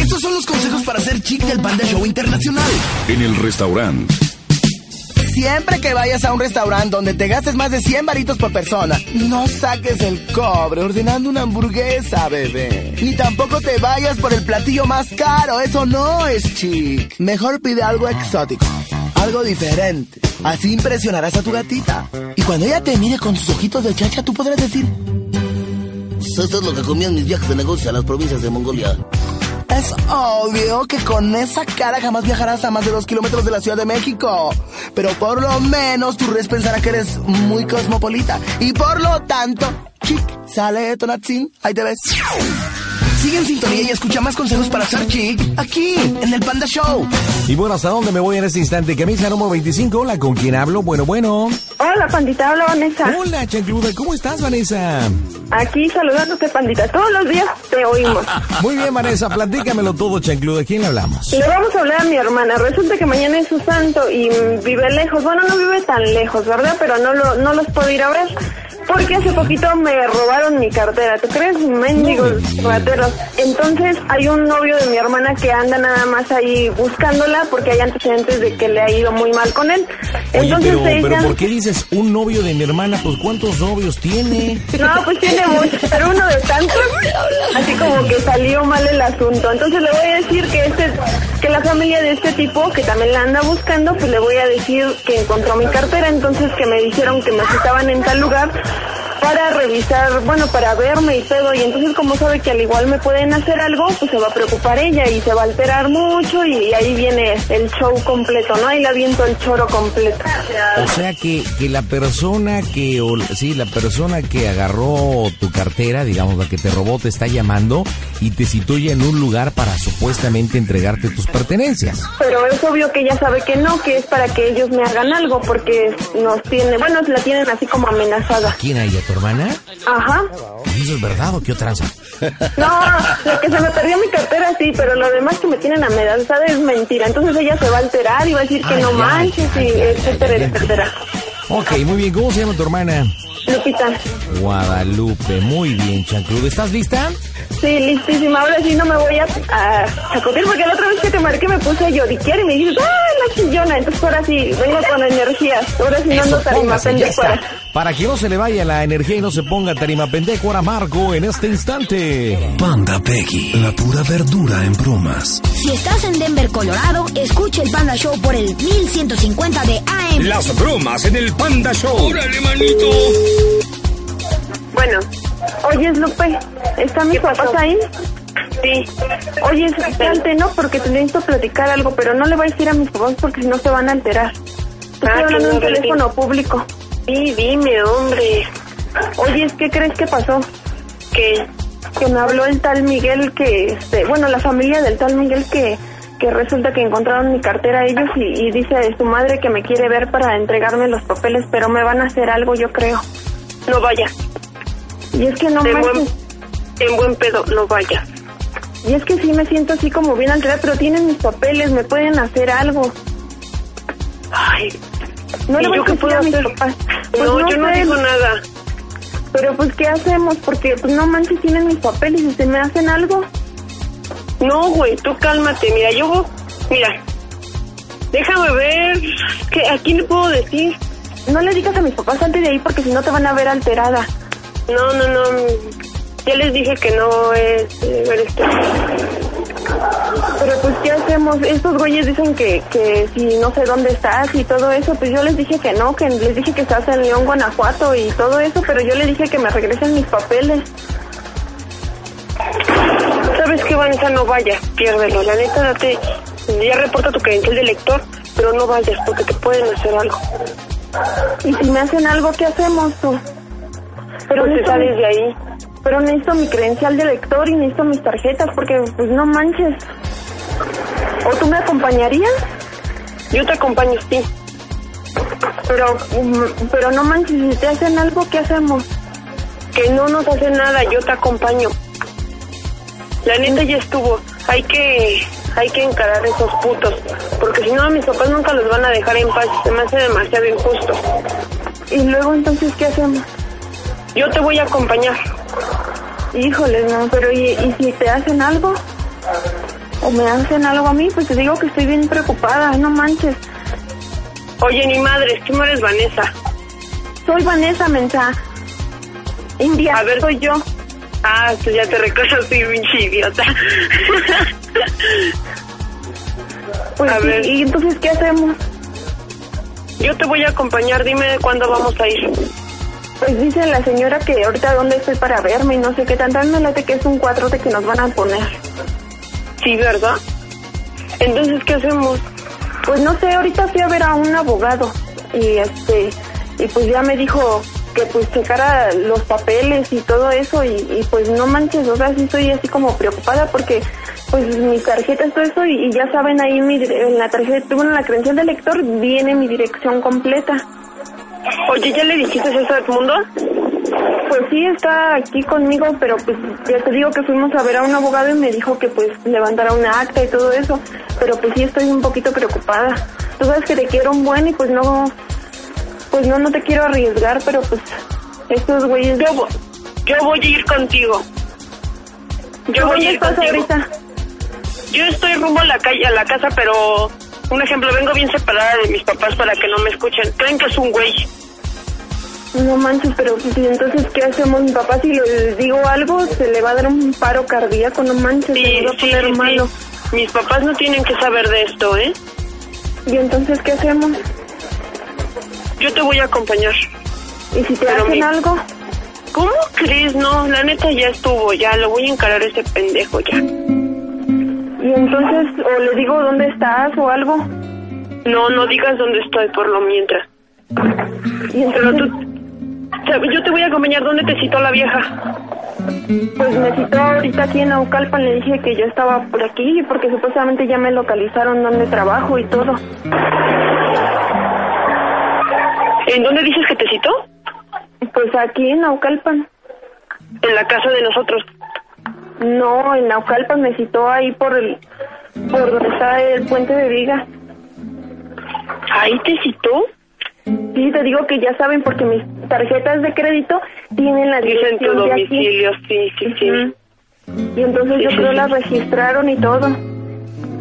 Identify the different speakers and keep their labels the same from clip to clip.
Speaker 1: Estos son los consejos para ser chic del Panda Show Internacional.
Speaker 2: En el restaurante.
Speaker 1: Siempre que vayas a un restaurante donde te gastes más de 100 varitos por persona, no saques el cobre ordenando una hamburguesa, bebé. Ni tampoco te vayas por el platillo más caro, eso no es chic. Mejor pide algo exótico, algo diferente. Así impresionarás a tu gatita. Y cuando ella te mire con sus ojitos de chacha, tú podrás decir...
Speaker 3: Esto es lo que comían mis viajes de negocio a las provincias de Mongolia.
Speaker 1: Es obvio que con esa cara jamás viajarás a más de dos kilómetros de la Ciudad de México. Pero por lo menos tu res pensará que eres muy cosmopolita. Y por lo tanto, chic, sale de Tonatzin, ahí te ves. Sigue en sintonía y escucha más consejos para ser chic aquí, en el Panda Show.
Speaker 4: Y bueno, ¿hasta dónde me voy en este instante? Camisa número 25, hola, ¿con quién hablo? Bueno, bueno.
Speaker 5: Hola, pandita, hola, Vanessa.
Speaker 4: Hola, chancluda, ¿cómo estás, Vanessa?
Speaker 5: Aquí saludándote, pandita. Todos los días te oímos.
Speaker 4: Muy bien, Vanessa, platícamelo todo, chancluda, ¿a quién le hablamos?
Speaker 5: Le vamos a hablar a mi hermana. Resulta que mañana es su santo y mm, vive lejos. Bueno, no vive tan lejos, ¿verdad? Pero no, lo, no los puedo ir a ver. Porque hace poquito me robaron mi cartera, ¿tú crees? Mendigos rateros. Entonces hay un novio de mi hermana que anda nada más ahí buscándola porque hay antecedentes de que le ha ido muy mal con él.
Speaker 4: Oye,
Speaker 5: Entonces
Speaker 4: pero,
Speaker 5: se
Speaker 4: pero
Speaker 5: echan-
Speaker 4: ¿por qué dices un novio de mi hermana? Pues ¿cuántos novios tiene?
Speaker 5: No, pues tiene mucho, pero uno de tantos, así como que salió mal el asunto. Entonces le voy a decir que este, que la familia de este tipo, que también la anda buscando, pues le voy a decir que encontró mi cartera, entonces que me dijeron que me citaban en tal lugar para revisar, bueno, para verme y todo, y entonces como sabe que al igual me pueden hacer algo, pues se va a preocupar ella y se va a alterar mucho y ahí viene el show completo, ¿no? Ahí la viento el choro completo.
Speaker 4: O sea que, que la persona que o- sí, la persona que agarró tu cartera, digamos la que te robó, te está llamando y te citó ya en un lugar para supuestamente entregarte tus pertenencias.
Speaker 5: Pero es obvio que ella sabe que no, que es para que ellos me hagan algo, porque nos tiene, bueno, la tienen así como amenazada.
Speaker 4: ¿Quién hay a tu hermana? Pues,
Speaker 5: Ajá.
Speaker 4: ¿Eso es verdad o qué tranza?
Speaker 5: No, lo que se me perdió mi cartera sí, pero lo demás que me tienen amenazada es mentira. Entonces ella se va a alterar y va a decir que
Speaker 4: Ay,
Speaker 5: no
Speaker 4: ya,
Speaker 5: manches
Speaker 4: ya,
Speaker 5: y
Speaker 4: ya, ya,
Speaker 5: etcétera,
Speaker 4: ya, ya.
Speaker 5: etcétera.
Speaker 4: Ok, muy bien. ¿Cómo se llama tu hermana?
Speaker 5: Lupita,
Speaker 4: Guadalupe. Muy bien, Chancludo. ¿Estás lista?
Speaker 5: sí, listísima. Ahora sí no me voy a, a sacudir porque la otra vez que te marqué me puse a lloriquear y me dijiste, ¡ah, la chillona! Entonces ahora sí, vengo con energía. Ahora sí no ando
Speaker 4: Eso,
Speaker 5: tarima
Speaker 4: póngase, ya está.
Speaker 5: pendejuera.
Speaker 4: Para que no se le vaya la energía y no se ponga tarima pendejo, ahora Marco en este instante.
Speaker 2: Panda Peggy, la pura verdura en bromas.
Speaker 6: Si estás en Denver, Colorado, escucha el Panda Show por el 1150 de AM.
Speaker 7: Las bromas en el Panda Show. ¡Órale, manito!
Speaker 5: Bueno, oye, Lupe, ¿están mis papás ahí? Sí. Oye, espérate, ¿no? Porque te necesito platicar algo, pero no le voy a decir a mis papás porque si no se van a alterar. Estoy
Speaker 8: Ah,
Speaker 5: hablando de un
Speaker 8: chingada,
Speaker 5: teléfono público.
Speaker 8: Sí, dime, hombre.
Speaker 5: Oye, ¿qué crees que pasó?
Speaker 8: Que
Speaker 5: Que me habló el tal Miguel que, este, bueno, la familia del tal Miguel que, que resulta que encontraron mi cartera ellos y, y dice su madre que me quiere ver para entregarme los papeles, pero me van a hacer algo, yo creo.
Speaker 8: no vaya.
Speaker 5: Y es que no
Speaker 8: en,
Speaker 5: manches.
Speaker 8: buen, en buen pedo, no vaya.
Speaker 5: Y es que sí me siento así como bien alterada, pero tienen mis papeles, me pueden hacer algo.
Speaker 8: Ay,
Speaker 5: No
Speaker 8: ¿y
Speaker 5: le voy
Speaker 8: yo
Speaker 5: a
Speaker 8: qué
Speaker 5: decir
Speaker 8: puedo
Speaker 5: a mis
Speaker 8: hacer?
Speaker 5: papás. Pues
Speaker 8: no, yo no
Speaker 5: sé,
Speaker 8: digo nada.
Speaker 5: Pero pues, ¿qué hacemos? Porque pues, no manches, tienen mis papeles y se me hacen algo.
Speaker 8: No, güey, tú cálmate. Mira, yo. Mira. Déjame ver. ¿qué, ¿A quién le puedo decir?
Speaker 5: No le digas a mis papás antes de ahí porque si no te van a ver alterada.
Speaker 8: No, no, no. Ya les dije que no es. eh, eres tú.
Speaker 5: Pero pues, ¿qué hacemos? Estos güeyes dicen que, que si no sé dónde estás y todo eso, pues yo les dije que no, que les dije que estás en León, Guanajuato y todo eso, pero yo le dije que me regresen mis papeles.
Speaker 8: ¿Sabes qué, Vanessa? No vayas, piérdelo. La neta, date. Ya reporta tu credencial de lector, pero no vayas porque te pueden hacer algo.
Speaker 5: Y si me hacen algo, ¿qué hacemos tú? Pero
Speaker 8: Pues te
Speaker 5: necesito
Speaker 8: sales
Speaker 5: mi-
Speaker 8: de ahí.
Speaker 5: Pero necesito mi credencial de lector y necesito mis tarjetas porque, pues, no manches. ¿O tú me acompañarías?
Speaker 8: Yo te acompaño, sí.
Speaker 5: Pero, mm, pero no manches, si te hacen algo, ¿qué hacemos?
Speaker 8: que no nos hace nada, yo te acompaño. La neta ya estuvo, hay que hay que encarar esos putos, porque si no a mis papás nunca los van a dejar en paz, se me hace demasiado injusto.
Speaker 5: Y luego, entonces, ¿qué hacemos?
Speaker 8: Yo te voy a acompañar.
Speaker 5: Híjole, no, pero ¿y, y si te hacen algo? o me hacen algo a mí, pues te digo que estoy bien preocupada, no manches.
Speaker 8: Oye, ni madres, tú no eres Vanessa.
Speaker 5: Soy Vanessa Mensa. India,
Speaker 8: A ver.
Speaker 5: soy yo.
Speaker 8: Ah, tú ya te recuerdas, soy pinche idiota.
Speaker 5: Pues
Speaker 8: A
Speaker 5: sí,
Speaker 8: ver.
Speaker 5: y entonces, ¿qué hacemos?
Speaker 8: Yo te voy a acompañar, dime cuándo vamos a ir.
Speaker 5: Pues dice la señora que ahorita dónde estoy para verme y no sé qué tanto. Me late que es un cuatrote que nos van a poner.
Speaker 8: Sí, ¿verdad? Entonces, ¿qué hacemos?
Speaker 5: Pues no sé, ahorita fui a ver a un abogado y este y pues ya me dijo que pues checara los papeles y todo eso y, y, pues no manches, o sea, sí estoy así como preocupada porque pues mis tarjetas, todo eso y, y ya saben ahí mi, dire- en la tarjeta, bueno, en la credencial del lector viene mi dirección completa.
Speaker 8: Oye, ¿ya le dijiste eso a Edmundo?
Speaker 5: Pues sí, está aquí conmigo, pero pues ya te digo que fuimos a ver a un abogado y me dijo que pues levantara una acta y todo eso, pero pues sí estoy un poquito preocupada. Tú sabes que te quiero un buen y pues no, pues no, no te quiero arriesgar, pero pues estos güeyes...
Speaker 8: Yo, vo- yo voy a ir contigo. Yo voy
Speaker 5: ¿Dónde
Speaker 8: a ir
Speaker 5: estás
Speaker 8: contigo.
Speaker 5: ahorita?
Speaker 8: Yo estoy rumbo a la calle, a la casa, pero un ejemplo, vengo bien separada de mis papás para que no me escuchen. Creen que es un güey.
Speaker 5: No manches, pero pues, ¿y entonces ¿qué hacemos? Mi papá si le digo algo se le va a dar un paro cardíaco, no manches,
Speaker 8: Sí,
Speaker 5: se me va a
Speaker 8: sí,
Speaker 5: poner
Speaker 8: sí.
Speaker 5: malo.
Speaker 8: Mis papás no tienen que saber de esto, ¿eh?
Speaker 5: ¿Y entonces qué hacemos?
Speaker 8: Yo te voy a acompañar.
Speaker 5: ¿Y si te
Speaker 8: Pero
Speaker 5: hacen
Speaker 8: mi-
Speaker 5: algo?
Speaker 8: ¿Cómo crees? No, la neta ya estuvo, ya lo voy a encarar a ese pendejo ya.
Speaker 5: ¿Y entonces o le digo dónde estás o algo?
Speaker 8: No, no digas dónde estoy por lo mientras.
Speaker 5: Y
Speaker 8: Pero
Speaker 5: entonces,
Speaker 8: tú... te- Yo te voy a acompañar. ¿Dónde te citó la vieja?
Speaker 5: pues me citó ahorita aquí en Naucalpan, le dije que yo estaba por aquí porque supuestamente ya me localizaron donde trabajo y todo.
Speaker 8: ¿En dónde dices que te citó?
Speaker 5: Pues aquí en Naucalpan.
Speaker 8: En la casa de nosotros.
Speaker 5: No, en Naucalpan me citó ahí por el por donde está el puente de Vigas.
Speaker 8: ¿Ahí te citó?
Speaker 5: Sí, te digo que ya saben porque mis tarjetas de crédito tienen la
Speaker 8: Dicen tu
Speaker 5: dirección de aquí.
Speaker 8: domicilio, sí, sí, sí.
Speaker 5: Ujú. Y entonces yo
Speaker 8: Sí,
Speaker 5: creo
Speaker 8: sí,
Speaker 5: las
Speaker 8: sí.
Speaker 5: registraron y todo.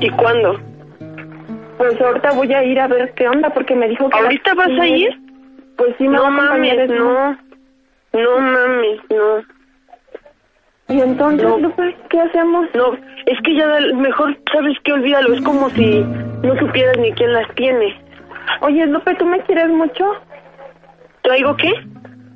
Speaker 8: ¿Y cuándo?
Speaker 5: Pues ahorita voy a ir a ver qué onda porque me dijo que...
Speaker 8: ¿Ahorita vas a ir?
Speaker 5: Pues sí, me
Speaker 8: No
Speaker 5: va a acompañar
Speaker 8: mames,
Speaker 5: el-
Speaker 8: no. No mames, no.
Speaker 5: Y entonces,
Speaker 8: No.
Speaker 5: Lupe, ¿qué hacemos?
Speaker 8: No, es que ya del- mejor sabes que olvídalo, es como si no supieras ni quién las tiene.
Speaker 5: Oye, Lupe, ¿tú me quieres mucho?
Speaker 8: ¿Traigo qué?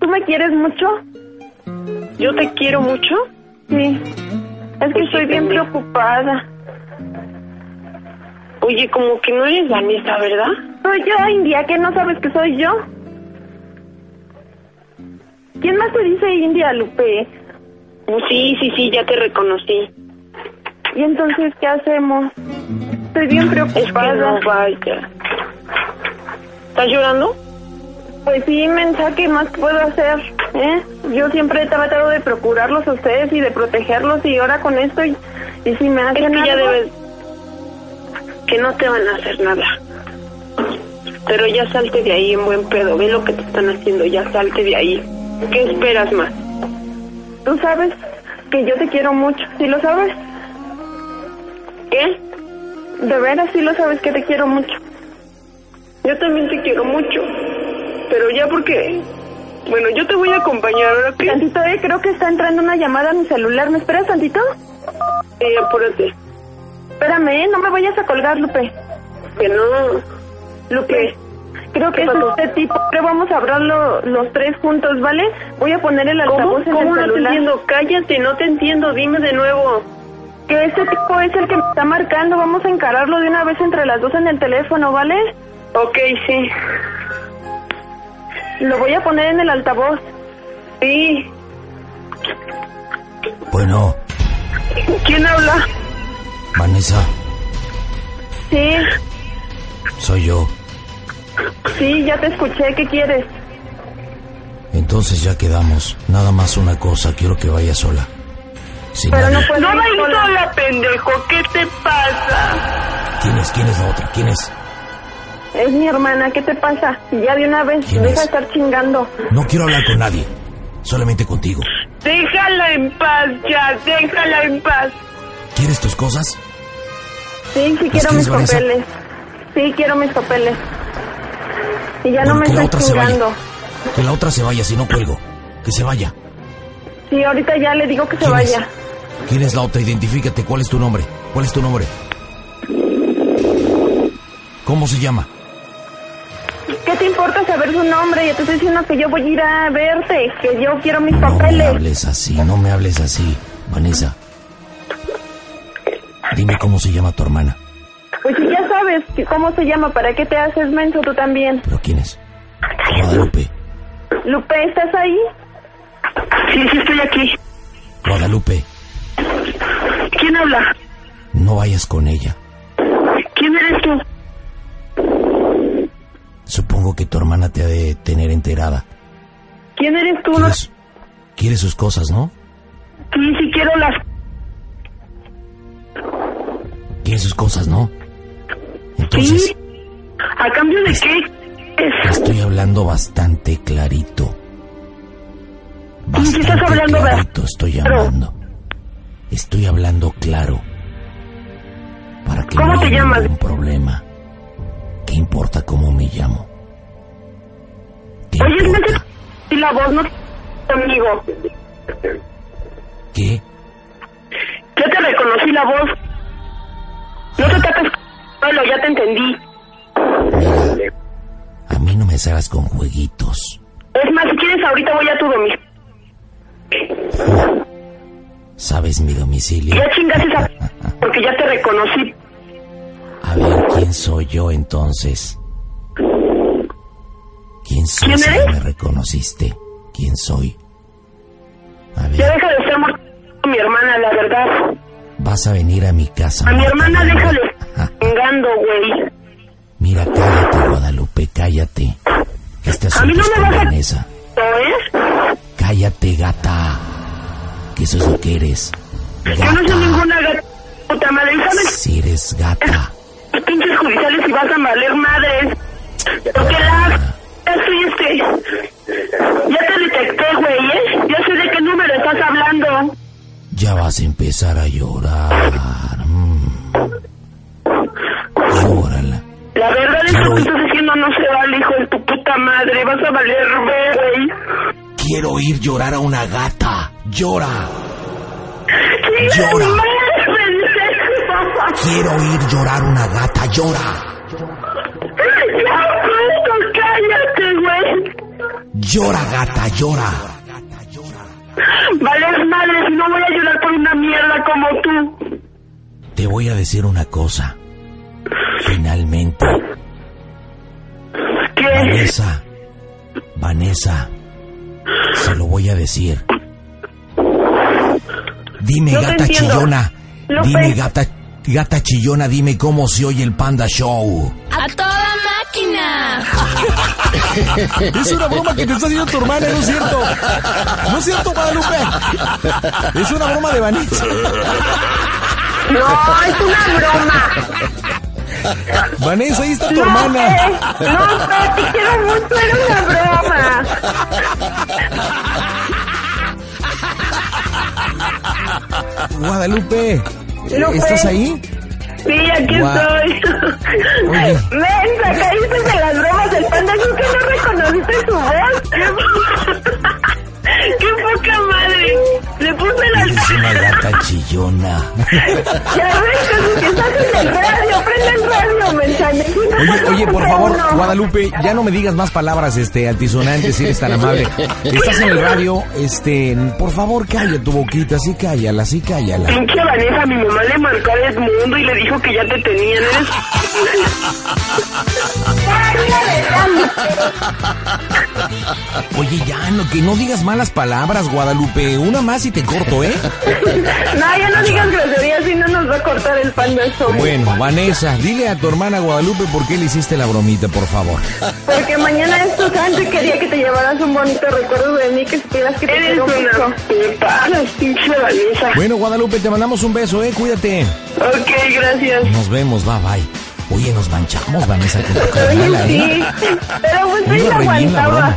Speaker 5: ¿Tú me quieres mucho?
Speaker 8: Yo te quiero mucho.
Speaker 5: Sí. Es que
Speaker 8: Pues sí,
Speaker 5: estoy bien
Speaker 8: también.
Speaker 5: preocupada.
Speaker 8: Oye, como que no eres Vanessa, ¿verdad?
Speaker 5: Soy yo, India, que no sabes que soy yo. ¿Quién más te dice India, Lupe?
Speaker 8: Oh, Sí, sí, sí, ya te reconocí.
Speaker 5: Y entonces, ¿qué hacemos? Estoy bien
Speaker 8: Es que
Speaker 5: preocupada.
Speaker 8: no vaya. ¿Estás llorando?
Speaker 5: Pues sí, mensa, ¿qué más puedo hacer? ¿Eh? Yo siempre he tratado de procurarlos a ustedes y de protegerlos y ahora con esto y, y si me hacen
Speaker 8: Es que ya
Speaker 5: algo,
Speaker 8: debes. Que no te van a hacer nada. Pero ya salte de ahí en buen pedo. Ve lo que te están haciendo. Ya salte de ahí. ¿Qué esperas más?
Speaker 5: Tú sabes que yo te quiero mucho, ¿sí lo sabes?
Speaker 8: ¿Qué?
Speaker 5: De veras, sí lo sabes que te quiero mucho.
Speaker 8: Yo también te quiero mucho. Pero ya porque. Bueno, yo te voy a acompañar ahora que.
Speaker 5: Tantito, eh, creo que está entrando una llamada a mi celular. ¿Me esperas tantito?
Speaker 8: Eh, apúrate.
Speaker 5: Espérame, eh, no me vayas a colgar, Lupe.
Speaker 8: Que no.
Speaker 5: Lupe, creo que
Speaker 8: ¿Qué
Speaker 5: es
Speaker 8: pasó?
Speaker 5: este tipo. Pero vamos a hablarlo los tres juntos, ¿vale? Voy a poner el
Speaker 8: ¿Cómo?
Speaker 5: altavoz en
Speaker 8: ¿Cómo
Speaker 5: el
Speaker 8: no te
Speaker 5: celular.
Speaker 8: entiendo? Cállate, no te entiendo. Dime de nuevo.
Speaker 5: que ese tipo es el que me está marcando. Vamos a encararlo de una vez entre las dos en el teléfono, ¿vale?
Speaker 8: Ok, sí.
Speaker 5: Lo voy a poner en el altavoz.
Speaker 8: Sí.
Speaker 2: Bueno,
Speaker 8: ¿Quién habla?
Speaker 2: Vanessa,
Speaker 5: Sí,
Speaker 2: soy yo.
Speaker 5: sí, ya te escuché. ¿Qué quieres?
Speaker 2: Entonces ya quedamos. Nada más una cosa, quiero que vaya sola. Sin
Speaker 5: Pero no
Speaker 2: nadie.
Speaker 5: puedo
Speaker 8: No
Speaker 5: ir
Speaker 8: vais
Speaker 5: sola.
Speaker 8: sola, pendejo. ¿Qué te pasa?
Speaker 2: ¿Quién es? ¿Quién es la otra? ¿Quién es?
Speaker 5: Es mi hermana, ¿qué te pasa? Ya de una vez,
Speaker 2: ¿Quién
Speaker 5: deja
Speaker 2: es?
Speaker 5: de estar chingando.
Speaker 2: No quiero hablar con nadie. Solamente contigo.
Speaker 8: Déjala en paz ya. Déjala en paz.
Speaker 2: ¿Quieres tus cosas?
Speaker 5: Sí, sí quiero
Speaker 4: quieres,
Speaker 5: mis
Speaker 4: Vanessa?
Speaker 5: papeles. Sí quiero mis papeles. Y ya no
Speaker 4: Bueno,
Speaker 5: me
Speaker 4: que la
Speaker 5: estoy
Speaker 4: otra se vaya.
Speaker 5: chingando.
Speaker 4: Que la otra se vaya, si no cuelgo. Que se vaya.
Speaker 5: Sí, ahorita ya le digo que se
Speaker 4: ¿Quién es?
Speaker 5: vaya.
Speaker 4: ¿Quién es la otra? Identifícate. ¿Cuál es tu nombre? ¿Cuál es tu nombre? ¿Cómo se llama?
Speaker 5: ¿Qué te importa saber su nombre? Yo te estoy diciendo que yo voy a ir a verte, que yo quiero mis
Speaker 4: No me
Speaker 5: papeles.
Speaker 4: hables así, no me hables así, Vanessa. Dime cómo se llama tu hermana.
Speaker 5: Pues si ya sabes que- cómo se llama, ¿para qué te haces menso tú también?
Speaker 4: ¿Pero quién es? Guadalupe.
Speaker 5: Lupe, ¿estás ahí?
Speaker 8: Sí, sí, estoy aquí.
Speaker 4: Guadalupe,
Speaker 8: ¿Quién habla?
Speaker 4: no vayas con ella.
Speaker 8: ¿Quién eres tú?
Speaker 4: Supongo que tu hermana te ha de tener enterada.
Speaker 5: ¿Quién eres tú? No-
Speaker 4: Quieres, quieres sus cosas, ¿no?
Speaker 8: Ni siquiera las...
Speaker 4: Quieres sus cosas, ¿no? Entonces,
Speaker 8: ¿A cambio de qué?
Speaker 4: te
Speaker 8: Es-
Speaker 4: estoy hablando bastante clarito.
Speaker 8: Sí, sí,
Speaker 4: Bastante
Speaker 8: estás hablando, ¿verdad?
Speaker 4: clarito estoy hablando. Estoy hablando claro. Para que
Speaker 8: ¿Cómo
Speaker 4: no
Speaker 8: te
Speaker 4: haya
Speaker 8: llamas?
Speaker 4: ningún problema. ¿Qué importa cómo me llamo? ¿Qué
Speaker 8: Oye, no
Speaker 4: importa?
Speaker 8: te... Y la voz no... Amigo,
Speaker 4: ¿Qué?
Speaker 8: yo te reconocí la voz. No te trates... Bueno, ya te entendí.
Speaker 4: A mí no me salgas con jueguitos.
Speaker 8: Es más, si quieres, ahorita voy a tu domicilio.
Speaker 4: ¿Sabes mi domicilio?
Speaker 8: Ya chingas esa... Porque ya te reconocí.
Speaker 4: A ver, ¿quién soy yo entonces? ¿Quién soy
Speaker 8: ¿Quién
Speaker 4: si ya
Speaker 8: eres?
Speaker 4: me reconociste? ¿Quién soy? A
Speaker 8: Ya
Speaker 4: ver,
Speaker 8: deja de ser mor- a mi hermana, la verdad.
Speaker 4: vas a venir a mi casa.
Speaker 8: A mi
Speaker 4: Marta,
Speaker 8: hermana
Speaker 4: ¿verdad?
Speaker 8: déjale chingando, güey.
Speaker 4: Mira, cállate, Guadalupe, cállate. Este
Speaker 8: A
Speaker 4: asunto
Speaker 8: mí no
Speaker 4: es
Speaker 8: me
Speaker 4: con
Speaker 8: vas a-
Speaker 4: Vanessa.
Speaker 8: ¿No es?
Speaker 4: Cállate, gata. Que eso es lo que eres.
Speaker 8: Yo no soy
Speaker 4: Gata.
Speaker 8: ninguna gata puta madre. ¿Y sabes
Speaker 4: Si eres gata.
Speaker 8: los pinches judiciales y vas a valer madres? Porque la... Ya soy este... Ya te detecté, güey, ¿eh? Ya sé de qué número estás hablando.
Speaker 4: Ya vas a empezar a llorar. Mm. Llórala.
Speaker 8: La verdad, esto que estás haciendo no se vale, hijo de tu puta madre. Vas a valer, güey.
Speaker 4: Quiero oír llorar a una gata. Llora.
Speaker 8: ¡Chinga tu
Speaker 4: Llora.
Speaker 8: madre, pendejo!
Speaker 4: Quiero oír llorar una gata. Llora.
Speaker 8: ¡Ya, puto, cállate, güey!
Speaker 4: Llora, gata. Llora.
Speaker 8: Vales madre, si no voy a llorar por una mierda como tú.
Speaker 4: Te voy a decir una cosa. Finalmente,
Speaker 8: ¿Qué?
Speaker 4: Vanessa. Vanessa. Se lo voy a decir. Dime,
Speaker 5: No te
Speaker 4: gata
Speaker 5: entiendo.
Speaker 4: chillona.
Speaker 5: López.
Speaker 4: Dime, gata, gata chillona, dime cómo se oye el Panda Show.
Speaker 6: ¡A toda máquina!
Speaker 9: Es una broma que te está haciendo tu hermana, no es cierto. No es cierto, Guadalupe. Es una broma de Vanessa.
Speaker 5: No, es una broma.
Speaker 9: Vanessa, ahí está tu
Speaker 5: No,
Speaker 9: hermana.
Speaker 5: Pe, no, Pe, te quiero mucho, era una broma.
Speaker 9: Guadalupe.
Speaker 5: Lupe.
Speaker 9: ¿Estás ahí?
Speaker 5: Sí, aquí
Speaker 9: Guau.
Speaker 5: estoy.
Speaker 9: Oye.
Speaker 5: Mensa, caíste de las bromas del panda. ¿Tú que no reconociste su voz? ¡Qué, po- qué poca madre! Le puse
Speaker 4: Eres
Speaker 5: las...
Speaker 4: una gata chillona.
Speaker 5: Ya ves, Casi, que estás en el radio. Prende el radio, Mensa. necesito
Speaker 9: Oye, oye, por
Speaker 5: ponerte
Speaker 9: favor,
Speaker 5: uno.
Speaker 9: Guadalupe, ya no me digas más palabras este altisonantes si eres tan amable. Estás en el radio, este, por favor, calla tu boquita, sí cállala, sí cállala.
Speaker 8: Pinche Vanessa, mi mamá le marcó a Edmundo y le dijo que ya te tenían. ¿eh? Eres...
Speaker 9: Oye, ya no que no digas malas palabras, Guadalupe. Una más y te corto, ¿eh?
Speaker 5: No, ya no digas groserías, si no nos va a cortar el panda show.
Speaker 9: Bueno, Vanessa, dile a tu hermana Guadalupe por qué le hiciste la bromita, por favor.
Speaker 5: Porque mañana es tu santo y quería que te llevaras un bonito recuerdo de mí, que supieras que te
Speaker 8: Eres
Speaker 5: quiero mucho.
Speaker 8: una puta, la pinche Vanessa.
Speaker 9: Bueno, Guadalupe, te mandamos un beso, ¿eh? Cuídate.
Speaker 8: Ok, gracias.
Speaker 9: Nos vemos, bye bye.
Speaker 4: Oye, nos manchamos, Vanessa, con tu carnala, ¿eh?
Speaker 5: Sí, pero pues sí
Speaker 4: Iba
Speaker 5: la
Speaker 4: re bien la broma.
Speaker 5: aguantaba.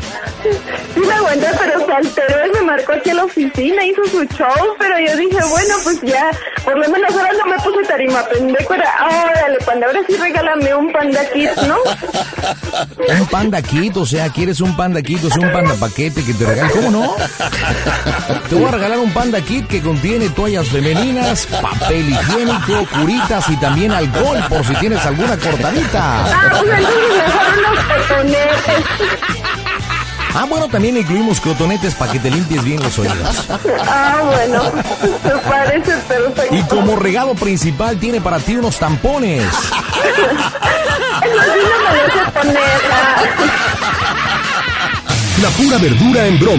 Speaker 5: Sí la aguantaba, pero se alteró y me marcó aquí a la oficina, hizo su show, pero yo dije, bueno, pues ya, por lo menos ahora no me puse tarima pendejo, era, ah, órale, panda, ahora sí regálame un panda kit, ¿no?
Speaker 4: Un panda kit, o sea, ¿quieres un panda kit o sea, un panda paquete que te regalen? ¿Cómo no? Te voy a regalar un panda kit que contiene toallas femeninas, papel higiénico, curitas y también alcohol por si tienes alguna cortadita.
Speaker 5: Ah, pues entonces mejor unos cotonetes.
Speaker 4: Ah, bueno, también incluimos crotonetes para que te limpies bien los oídos.
Speaker 5: Ah, bueno, me parece perfecto.
Speaker 4: Y como regalo principal tiene para ti unos tampones.
Speaker 5: Eso sí no me lo sé poner, ah.
Speaker 7: La pura verdura en broma.